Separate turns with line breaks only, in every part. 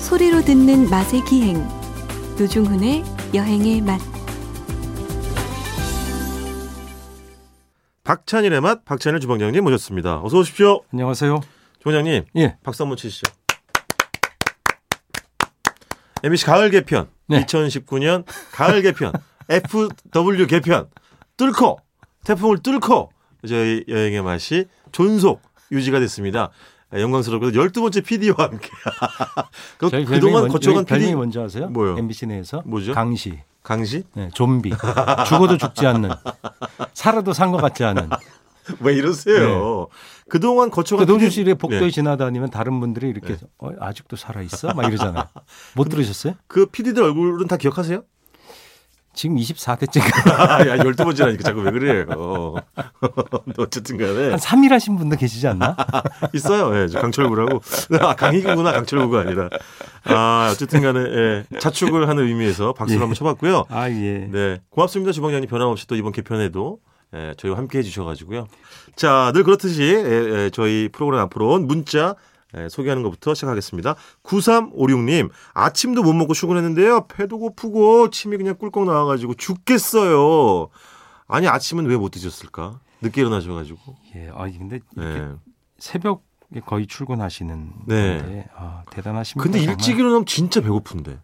소리로 듣는 맛의 기행 노중훈의 여행의 맛
박찬일의 맛 박찬일 주방장님 모셨습니다. 어서 오십시오.
안녕하세요.
주방장님
예.
박수 한번 치시죠. MBC 가을 개편
네.
2019년 가을 개편 FW 개편 뚫고 태풍을 뚫고 저희 여행의 맛이 존속 유지가 됐습니다. 예, 영광스럽게도 12번째 PD와 함께 그,
저희
그동안
별명이 뭔-
거쳐간
여기 별명이
PD
뭔지 아세요?
뭐요?
MBC 내에서
뭐죠?
강시,
강시
네, 좀비, 죽어도 죽지 않는, 살아도 산 것 같지 않은. 그러니까
왜 이러세요? 그동안 거쳐간
노준
PD
네. 씨의 복도에
네.
지나다니면 다른 분들이 이렇게 어, 아직도 살아 있어? 막 이러잖아요. 못 들으셨어요?
그 PD들 얼굴은 다 기억하세요?
지금 24대째가
아, 야, 12번째라니까 자꾸 왜 그래요. 어. 어쨌든 간에.
한 3일 하신 분도 계시지 않나?
있어요. 예, 저 강철구라고. 아, 강희구나, 강철구가 아니라. 아, 어쨌든 간에, 예, 자축을 하는 의미에서 박수를
예.
한번 쳐봤고요.
아 예.
네. 고맙습니다. 주방장님 변함없이 또 이번 개편에도 예, 저희와 함께 해주셔가지고요. 자, 늘 그렇듯이 예, 예, 저희 프로그램 앞으로 온 문자 예, 소개하는 것부터 시작하겠습니다. 9356님, 아침도 못 먹고 출근했는데요. 배도 고프고 침이 그냥 꿀꺽 나와가지고 죽겠어요. 아니, 아침은 왜 못 드셨을까? 늦게 일어나셔가지고.
예. 아 근데 이렇게
예.
새벽에 거의 출근하시는
네.
건데 아, 대단하십니다.
근데
정말.
일찍 일어나면 진짜 배고픈데.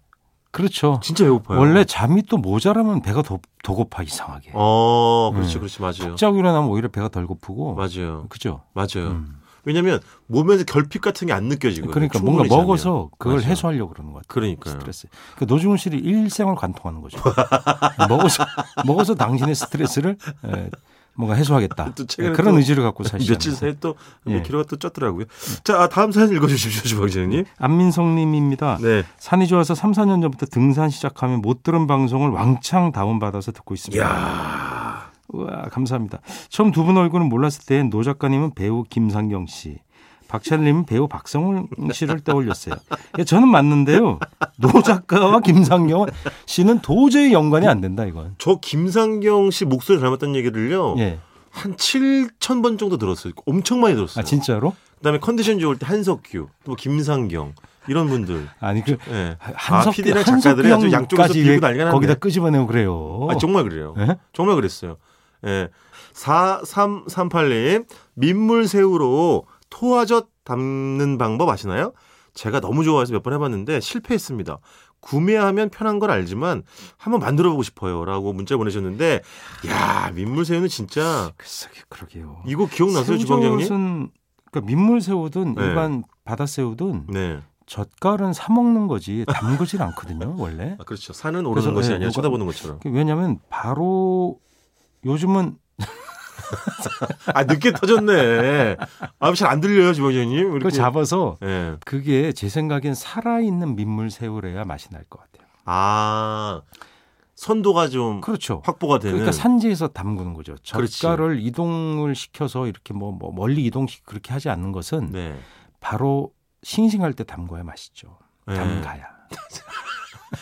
그렇죠.
진짜 배고파요.
원래 잠이 또 모자라면 배가 더, 더 고파 이상하게.
어, 그렇지,
음.
그렇지, 맞아요.
푹 자고 일어나면 오히려 배가 덜 고프고.
맞아요.
그죠?
맞아요.
음.
왜냐면 몸에서 결핍 같은 게 안 느껴지고
그러니까 뭔가 먹어서 그걸
맞아요.
해소하려고 그러는 것 같아요.
그러니까요.
스트레스. 그러니까 노중훈 씨를 일생을 관통하는 거죠. 먹어서 먹어서 당신의 스트레스를 에, 뭔가 해소하겠다.
또 최근에
예, 그런
또
의지를 갖고 사시죠.
며칠 사이 또몇
예.
킬로가 또 쪘더라고요. 자 아, 다음 사연 읽어주십시오, 주방장님.
안민성님입니다.
네.
산이 좋아서 3, 4년 전부터 등산 시작하면 못 들은 방송을 왕창 다운받아서 듣고 있습니다.
야
우와, 감사합니다. 처음 두 분 얼굴은 몰랐을 때 노 작가님은 배우 김상경 씨, 박찬님은 배우 박성훈 씨를 떠올렸어요. 예, 저는 맞는데요. 노 작가와 김상경 씨는 도저히 연관이 안 된다 이건.
저 김상경 씨 목소리 닮았다는 얘기를요.
예.
한 7천 번 정도 들었어요. 엄청 많이 들었어요.
아 진짜로?
그다음에 컨디션 좋을 때 한석규, 또뭐 김상경 이런 분들.
아니 그
예.
한석
아, PD 랑
한석규
작가들이 아주 양쪽에서
형까지
비고
왜
난리가 났네.
거기다 끄집어내고 그래요.
아, 정말 그래요.
예?
정말 그랬어요. 예. 4338님, 민물새우로 토화젓 담는 방법 아시나요? 제가 너무 좋아해서 몇 번 해봤는데 실패했습니다. 구매하면 편한 건 알지만 한번 만들어보고 싶어요. 라고 문자 보내셨는데, 야 민물새우는 진짜
글쎄 그러게요.
이거 기억나세요, 주방장님?
새우젓은 그러니까 민물새우든
네.
일반 바다새우든
네.
젓갈은 사 먹는 거지 담그질 않거든요 원래.
아, 그렇죠. 산은 오르는
그래서,
것이
예,
아니라
누가-
쳐다보는 것처럼.
왜냐하면 바로 요즘은
아, 늦게 터졌네. 아, 잘 안 들려요, 주방장님.
그걸
이렇게.
잡아서
예.
그게 제 생각엔 살아있는 민물새우래야 맛이 날 것 같아요.
아, 선도가 좀
그렇죠.
확보가 되는.
그러니까 산지에서 담그는 거죠.
그렇지.
젓갈을 이동을 시켜서 이렇게 뭐, 뭐 멀리 이동 시 그렇게 하지 않는 것은
네.
바로 싱싱할 때 담궈야 맛있죠.
네.
담가야.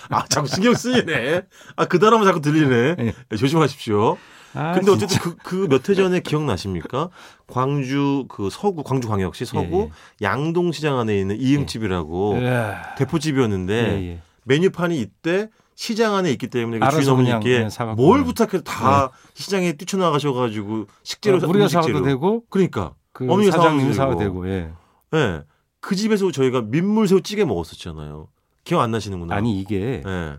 아, 자꾸 신경 쓰이네. 아, 그 단어만 자꾸 들리네.
네.
네, 조심하십시오.
아,
근데
진짜.
어쨌든 그, 그 몇 해 전에 기억나십니까? 광주 그 서구, 광주광역시 서구 양동시장 안에 있는 이응집이라고
예.
대포집이었는데
예, 예.
메뉴판이 이때 시장 안에 있기 때문에 그 주인
알아서 그냥-
어머니께
그냥 사갖고 예.
뭘
그냥.
부탁해도 다 시장에 뛰쳐나가셔가지고 식재료 사-
어, 우리가
음식재료.
사와도 되고
그러니까.
그
어머니가
사장님
사와도
사와도 되고. 예.
예. 그 집에서 저희가 민물새우찌개 먹었었잖아요. 기억 안 나시는구나.
아니 이게
예.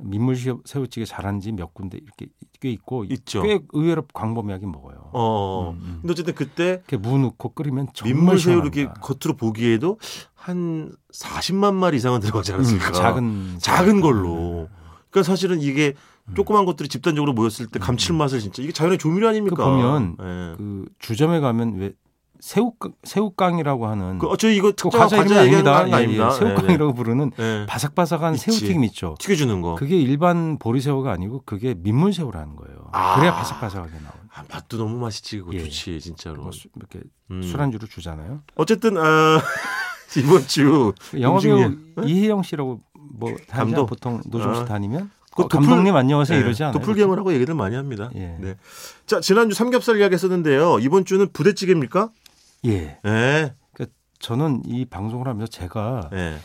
민물새우찌개 잘한 지 몇 군데 이렇게 꽤 있고
있죠.
꽤 의외로 광범위하게 먹어요.
어.
음, 음.
근데 어쨌든 그때
이렇게 무 넣고 끓이면 정말
민물새우
시원합니다. 그
이렇게 겉으로 보기에도 한 40만 마리 이상은 들어가지 않았을까.
음, 작은
그
음.
작은 걸로. 그러니까 사실은 이게 조그만 것들이 집단적으로 모였을 때 감칠맛을 진짜 이게 자연의 조미료 아닙니까?
음, 그 보면
예.
그 주점에 가면 왜 새우깡 새우깡이라고 하는
그, 어, 저 이거
그거
특정 과자 얘기하는 거
예, 예.
아닙니다.
새우깡이라고 부르는
예, 예. 예.
바삭바삭한
있지.
새우튀김 있죠.
튀겨주는 거.
그게 일반 보리새우가 아니고 그게 민물새우라는 거예요.
아.
그래야 바삭바삭하게 나오는.
아, 맛도 너무 맛있지 그거
예.
좋지 진짜로.
뭐 수- 이렇게
음.
술안주로 주잖아요.
어쨌든 아, 이번 주
그 영화배우
공중에-
이혜영 씨라고 뭐 다니면
감독.
보통 노종
아.
씨 다니면
그
어,
도플-
감독님 안녕하세요
예,
이러지 않아요?
도플갱어라고 얘기들 많이 합니다.
예.
네. 자 지난주 삼겹살 이야기 했었는데요. 이번 주는 부대찌개입니까?
예.
예.
저는 이 방송을 하면서 제가
예.
에,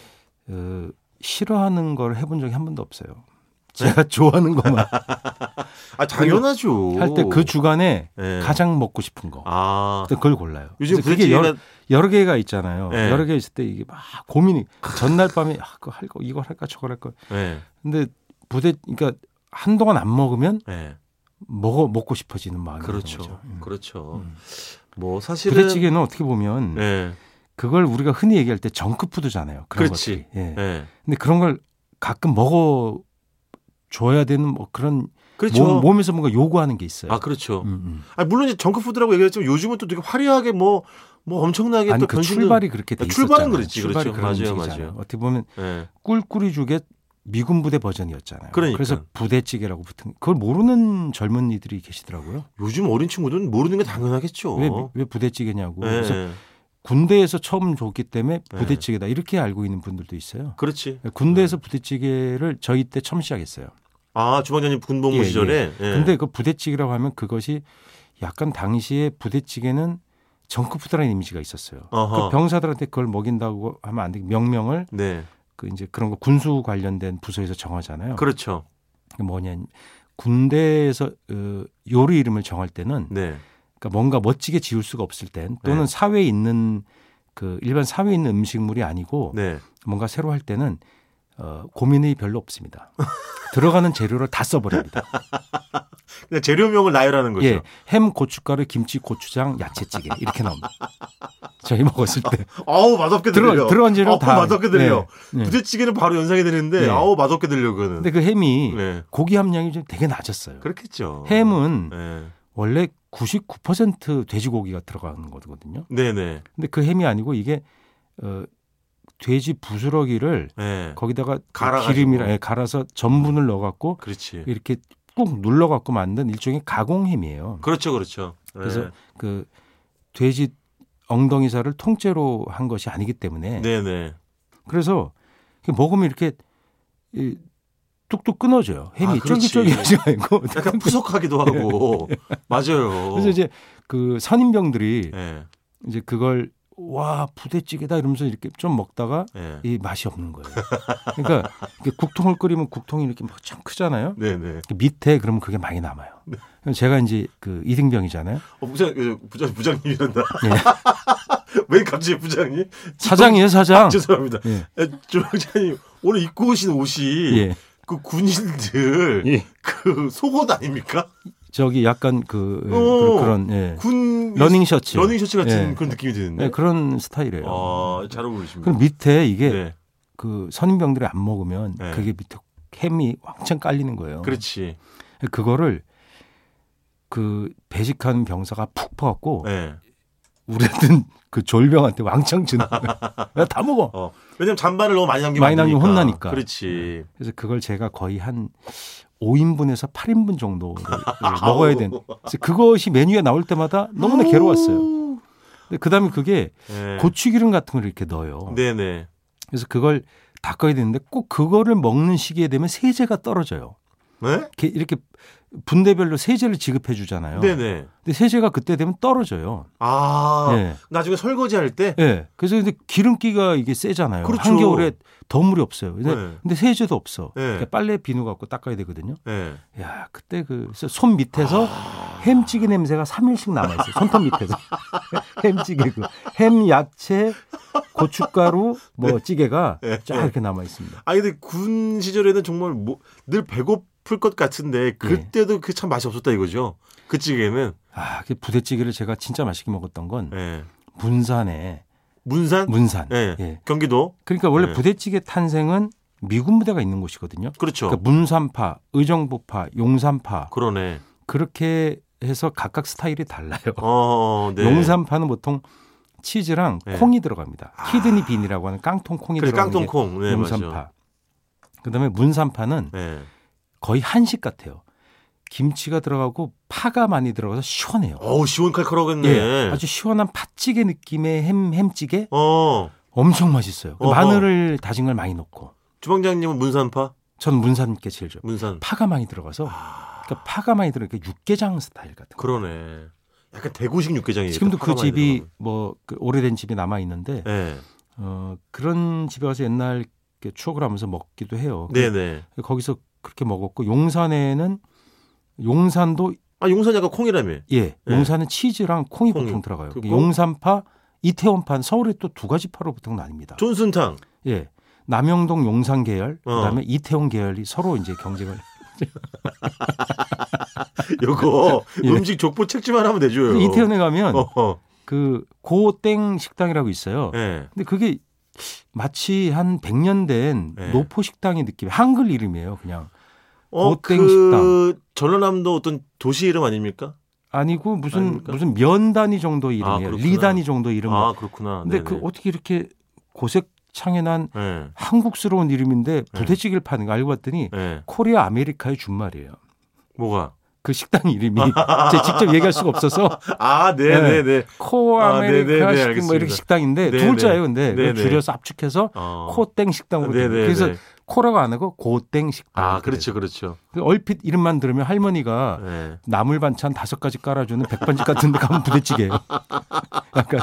어, 싫어하는 걸 해본 적이 한 번도 없어요.
네.
제가 좋아하는 것만
아 당연하죠.
할 때 그 주간에
예.
가장 먹고 싶은 거
아
그때 그걸 골라요.
요즘
그래서 그게
부대찌개가
여러, 여러 개가 있잖아요.
예.
여러 개 있을 때 이게 막 고민이 전날 밤에 아, 그거 할까 이걸 할까 저걸 할까.
예,
근데 부대 그러니까 한동안 안 먹으면
예.
먹어 먹고 싶어지는 마음이 드는
그렇죠.
거죠. 음.
그렇죠.
음.
뭐 사실은
부대찌개는 어떻게 보면
예.
그걸 우리가 흔히 얘기할 때 정크푸드잖아요. 그런
그렇지.
것들이. 예.
예.
근데 그런 걸 가끔 먹어 줘야 되는 뭐 그런
그렇죠.
몸, 에서 뭔가 요구하는 게 있어요.
아 그렇죠.
뭐, 음, 음.
아 물론 이제 정크푸드라고 얘기했지만 요즘은 또 되게 화려하게 뭐 뭐 엄청나게
아니
또
그
변신을-
출발이 그렇게 돼
아, 출발은
있었잖아요.
그렇지, 그렇죠.
출발이 그런
맞아요,
음식이잖아요.
맞아요.
어떻게 보면
예.
꿀꿀이죽의 미군 부대 버전이었잖아요.
그러니까.
래서 부대찌개라고 붙은 그걸 모르는 젊은이들이 계시더라고요.
요즘 어린 친구들은 모르는 게 당연하겠죠.
왜, 뭐 왜 부대찌개냐고.
예,
그래서
예.
군대에서 처음 줬기 때문에
네.
부대찌개다 이렇게 알고 있는 분들도 있어요.
그렇지.
군대에서 부대찌개를 저희 때 처음 시작했어요.
아 주방장님 군복무
예, 예.
시절에. 예.
근데 그 부대찌개라고 하면 그것이 약간 당시에 부대찌개는 정크푸드라는 이미지가 있었어요.
어허.
그 병사들한테 그걸 먹인다고 하면 안 되고 명명을
네.
그 이제 그런 거 군수 관련된 부서에서 정하잖아요.
그렇죠.
그게 뭐냐 군대에서 어, 요리 이름을 정할 때는
네.
그러니까 뭔가 멋지게 지을 수가 없을 땐 또는
네.
사회에 있는 그 일반 사회에 있는 음식물이 아니고
네.
뭔가 새로 할 때는 어, 고민이 별로 없습니다. 들어가는 재료를 다 써버립니다.
그냥 네, 재료명을 나열하는 거죠.
예, 햄, 고춧가루, 김치, 고추장, 야채찌개 이렇게 나옵니다. 저희 먹었을 때
아우 맛없게
들어
들려.
들어간 재료
아우,
다
맛없게 들려.
예, 예.
부대찌개는 바로 연상이 되는데
네.
아우 맛없게 들려 그거는.
근데 그 햄이
네.
고기 함량이 좀 되게 낮았어요.
그렇겠죠.
햄은
네.
원래 99% 돼지고기가 들어가는 거거든요.
네네.
근데 그 햄이 아니고 이게 어, 돼지 부스러기를
네.
거기다가 그
갈아가지고.
기름이랑 예, 갈아서 전분을 넣어갖고
그렇지.
이렇게 꾹 눌러갖고 만든 일종의 가공햄이에요.
그렇죠, 그렇죠. 네.
그래서 그 돼지 엉덩이살을 통째로 한 것이 아니기 때문에
네네.
그래서 이렇게 먹으면 이렇게 이 뚝뚝 끊어져요.
아,
햄이
그렇지.
쫄깃쫄깃하지 않고
약간 푸석하기도 하고 맞아요.
네. 그래서 이제 그 선임병들이
예,
이제 그걸 와 부대찌개다 이러면서 이렇게 좀 먹다가
예.
이 맛이 없는 거예요. 그러니까 이렇게 국통을 끓이면 국통이 이렇게 막 참 크잖아요.
네네.
그 밑에 그러면 그게 많이 남아요.
네.
그럼 제가 이제 그 이등병이잖아요.
어, 부장 부장 부장님이란다.
예.
왜 갑자기 부장님?
사장이에요, 사장.
죄송합니다.
예.
예, 조장님 오늘 입고 오신 옷이
예.
그 군인들
예.
그 속옷 아닙니까?
저기 약간 그 예,
오.
그런 예.
군
러닝 셔츠.
어, 러닝 셔츠 같은
예.
그런 느낌이 드는데.
예, 그런 스타일이에요.
아, 잘 어울리십니다.
그럼 밑에 이게
네.
그 선임병들이 안 먹으면
네.
그게 밑에 햄이 왕창 깔리는 거예요.
그렇지.
그거를 그 배식한 병사가 푹 퍼갖고
네.
우리한테 그 졸병한테 왕창 주는 거예요. 다 먹어.
어, 왜냐면 잔반을 너무 많이 남기면
많이
안
남기면
되니까.
혼나니까. 예.
그렇지.
그래서 그걸 제가 거의 한 5인분에서 8인분 정도 먹어야 된. 그래서 그것이 메뉴에 나올 때마다 너무나 괴로웠어요. 근데 그다음에 그게
네.
고추기름 같은 걸 이렇게 넣어요.
네네.
그래서 그걸 닦아야 되는데 꼭 그거를 먹는 시기에 되면 세제가 떨어져요.
네?
이렇게, 이렇게 분대별로 세제를 지급해 주잖아요.
네네.
근데 세제가 그때 되면 떨어져요.
아,
예.
나중에 설거지 할 때?
예. 그래서 근데 기름기가 이게 세잖아요.
그렇죠.
한겨울에 더물이 없어요. 근데,
네.
근데 세제도 없어.
네.
그러니까 빨래 비누 갖고 닦아야 되거든요.
예.
야, 그때 그 손 밑에서
아.
햄찌개 냄새가 3일씩 남아 있어요. 손톱 밑에서. 햄찌개 그. 햄 야채, 고춧가루 뭐 찌개가
네.
쫙 이렇게 남아 있습니다.
아, 근데 군 시절에는 정말 뭐, 늘 배고플 것
네.
같은데, 그때도 그게 참 맛이 없었다 이거죠. 그 찌개는.
아, 그 부대찌개를 제가 진짜 맛있게 먹었던 건
예.
문산에
문산?
문산.
예.
예.
경기도?
그러니까 원래
네.
부대찌개 탄생은 미군 부대가 있는 곳이거든요.
그렇죠.
그러니까 문산파, 의정부파, 용산파
그러네
그렇게 해서 각각 스타일이 달라요.
어, 네.
용산파는 보통 치즈랑
네.
콩이 들어갑니다. 키드니 빈이라고 하는 깡통 콩이
그래,
들어가는
깡통콩.
게
네,
용산파.
맞아요.
그다음에 문산파는
네.
거의 한식 같아요. 김치가 들어가고 파가 많이 들어가서 시원해요.
어우, 시원칼칼하겠네.
예, 아주 시원한 팥찌개 느낌의 햄 햄찌개
어,
엄청 맛있어요. 그
어허.
마늘을 다진 걸 많이 넣고
주방장님은 문산파?
전 문산 게 제일 좋아요.
문산.
파가 많이 들어가서
아.
그러니까 파가 많이 들어가 육개장 스타일 같은 거.
그러네. 약간 대구식 육개장이에요.
지금도 그 집이 뭐그 오래된 집이 남아 있는데
예.
어, 그런 집에 가서 옛날 이렇게 추억을 하면서 먹기도 해요.
네네.
거기서 그렇게 먹었고 용산에는 용산도
아 용산 약간 콩이라며.
예, 용산은 치즈랑 콩이
네. 콩이.
보통 들어가요.
그리고?
용산파, 이태원판, 서울에 또 두 가지 파로 보통 나뉩니다.
존슨탕.
예. 남영동 용산 계열,
어.
그다음에 이태원 계열이 서로 이제 경쟁을
요거
예.
음식 족보 책지만 하면 되죠.
그 이태원에 가면
어허.
그 고땡 식당이라고 있어요.
예.
근데 그게 마치 한 100년 된
예.
노포 식당의 느낌. 한글 이름이에요, 그냥.
어,
고땡
그 전라남도 어떤 도시 이름 아닙니까?
아니고 무슨
아닙니까?
무슨 면 단위 정도 의
아,
이름이에요.
그렇구나.
리 단위 정도 의 이름.
아 그렇구나.
근데
네네.
그 어떻게 이렇게 고색 창연한
예.
한국스러운
네.
이름인데 부대찌개를 파는 거 알고 봤더니
예.
코리아 아메리카의 준말이에요.
뭐가?
그 식당 이름이 제가 직접 얘기할 수가 없어서
아
네.
네네네.
코
아,
아메리카
네네네,
식당 뭐 이렇게
알겠습니다.
식당인데 두
네네.
글자예요. 근데 그걸
네네.
줄여서 압축해서
어.
코땡 식당으로 돼요.
네네네.
그래서 네. 코라고 안 하고 고땡 식당.
아 그렇죠 그렇죠.
그래서 얼핏 이름만 들으면 할머니가
예.
나물 반찬 다섯 가지 깔아주는 백반집 같은 데 가면 부대찌개예요. 약간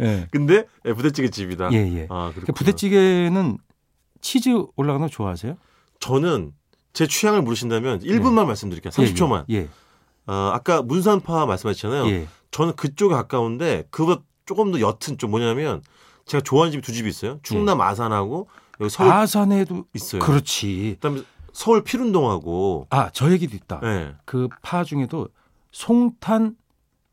예.
근데 예, 부대찌개 집이다.
예, 예.
아
그러니까
그렇구나.
부대찌개는 치즈 올라가는 거 좋아하세요?
저는 제 취향을 물으신다면 1분만 말씀드릴게요. 30초만.
예. 예.
어, 아까 문산파 말씀하셨잖아요.
예.
저는 그쪽에 가까운데 그보다 조금 더 옅은 좀 뭐냐면 제가 좋아하는 집이 두 집이 있어요. 충남 아산하고 여기 서울
예.
네.
아산에도
있어요.
그렇지.
그다음에 서울 피룬동하고
아, 저 얘기도 있다.
예.
그 파 중에도 송탄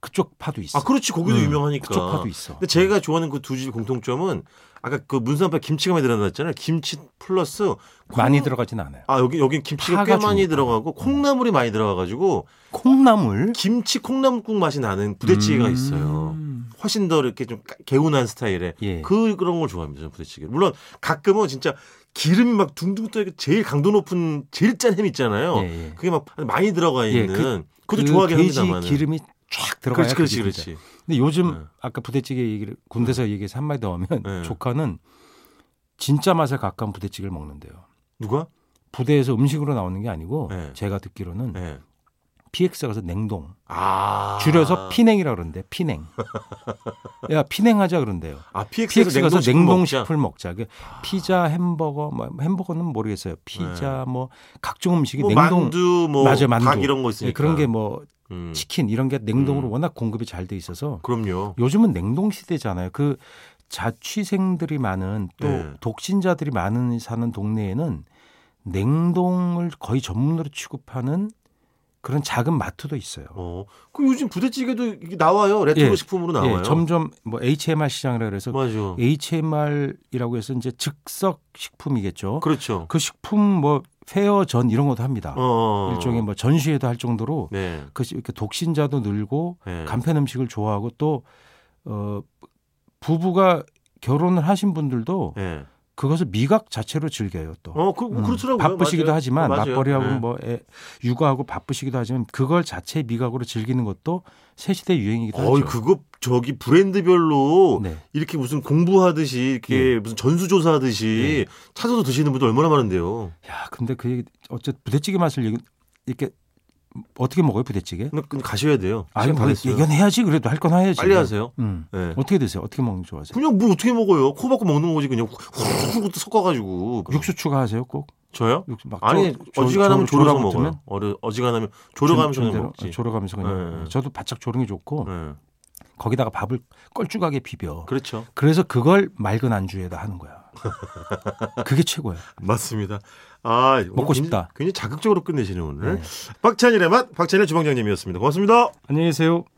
그쪽 파도 있어.
아 그렇지 거기도
음,
유명하니까.
그쪽 파도 있어.
근데 제가 좋아하는 그 두 집의 공통점은 아까 그 문산파 김치가 많이 들어갔잖아요. 김치 플러스
많이 들어가진 않아요.
아 여기 여기 김치가 꽤
파가
많이
중요하다.
들어가고 콩나물이 많이 들어가가지고
콩나물
김치 콩나물국 맛이 나는 부대찌개가
음.
있어요. 훨씬 더 이렇게 좀 까- 개운한 스타일의
예.
그 그런 걸 좋아합니다. 저는 부대찌개. 물론 가끔은 진짜 기름이 막 둥둥 떠 있고 제일 강도 높은 제일 짠 햄 있잖아요.
예, 예.
그게 막 많이 들어가
예,
있는 어, 그, 것도 좋아하긴
돼지
합니다만.
기름이 쫙 들어가야
그렇지
그게
그렇지
진짜.
그렇지.
근데 요즘
네.
아까 부대찌개 얘기를 군대에서 얘기해서 한 마디 더 하면
네.
조카는 진짜 맛에 가까운 부대찌개를 먹는데요.
누가?
부대에서 음식으로 나오는 게 아니고
네.
제가 듣기로는
예.
PX 가서 냉동
아
줄여서 피냉이라 그러는데 피냉. 야 피냉하자 그런대요.
아 PX에서
PX 가서
냉동식품 뭐 먹자.
냉동식품을 먹자. 그 피자, 햄버거, 뭐 햄버거는 모르겠어요. 피자, 뭐 각종 음식이
네. 뭐
냉동.
만두 뭐
맞아요, 만두.
닭 이런 거
예,
있으니까.
그런 게 뭐
음.
치킨 이런 게 냉동으로
음.
워낙 공급이 잘 돼 있어서
그럼요.
요즘은 냉동 시대잖아요. 그 자취생들이 많은 또
네.
독신자들이 많은 사는 동네에는 냉동을 거의 전문으로 취급하는 그런 작은 마트도 있어요.
어. 그럼 요즘 부대찌개도 이게 나와요. 레트로
예.
식품으로 나와요.
예, 점점 예. 뭐 HMR 시장이라 그래서
맞아.
HMR이라고 해서 이제 즉석 식품이겠죠.
그렇죠.
그 식품 뭐 페어 전 이런 것도 합니다.
어.
아, 일종의 뭐 전시회도 할 정도로
네.
그 시- 이렇게 독신자도 늘고
네.
간편 음식을 좋아하고 또 어, 부부가 결혼을 하신 분들도
네.
그것을 미각 자체로 즐겨요 또.
어, 그,
음,
그렇더라고요.
바쁘시기도
맞아요.
하지만
맞아요.
맞벌이하고
네.
뭐 애, 육아하고 바쁘시기도 하지만 그걸 자체 미각으로 즐기는 것도 새 시대 유행이기도
어이
하죠.
그거 저기 브랜드별로
네. 예.
이렇게 무슨 공부하듯이 이렇게 무슨 전수조사하듯이 찾아서 드시는 분들 얼마나 많은데요.
야, 근데 그 얘기 어째 부대찌개 맛을 얘기, 이렇게 어떻게 먹어요 부대찌개?
근데 그럼 가셔야 돼요.
아니
시간 다
뭐
됐어요.
얘기는 해야지 그래도 할 건 해야지.
빨리 하세요.
음.
네.
어떻게 드세요? 어떻게 먹는 거 좋아하세요?
그냥 뭘 어떻게 먹어요? 코 박고 먹는 거지 그냥 후루룩 섞어가지고.
육수 추가하세요 꼭?
저요?
육수 막
아니
조- 조-
어지간하면
조- 조라
졸여서 먹어요.
붙으면?
어려, 어지간하면 졸여가면
좀-
저는
좀대로-
먹지.
졸여가면서 그냥
네.
저도 바짝 졸은 게 좋고
네.
거기다가 밥을 껄쭉하게 비벼.
그렇죠.
그래서 그걸 맑은 안주에다 하는 거야. 그게 최고야.
맞습니다. 아
먹고
오늘
싶다.
네. 굉장히, 굉장히 자극적으로 끝내시는 오늘. 박찬일의 맛 박찬일 주방장님이었습니다. 고맙습니다.
안녕히 계세요.